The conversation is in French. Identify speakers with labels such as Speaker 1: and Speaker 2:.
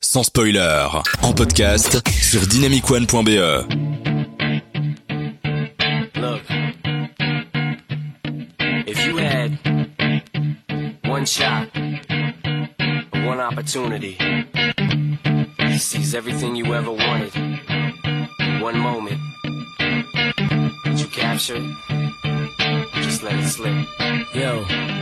Speaker 1: sans spoiler, en podcast sur dynamicone.be.
Speaker 2: Look, if you had one shot, one opportunity to seize everything you ever wanted in one moment, did you capture it? Just let it slip. Yo.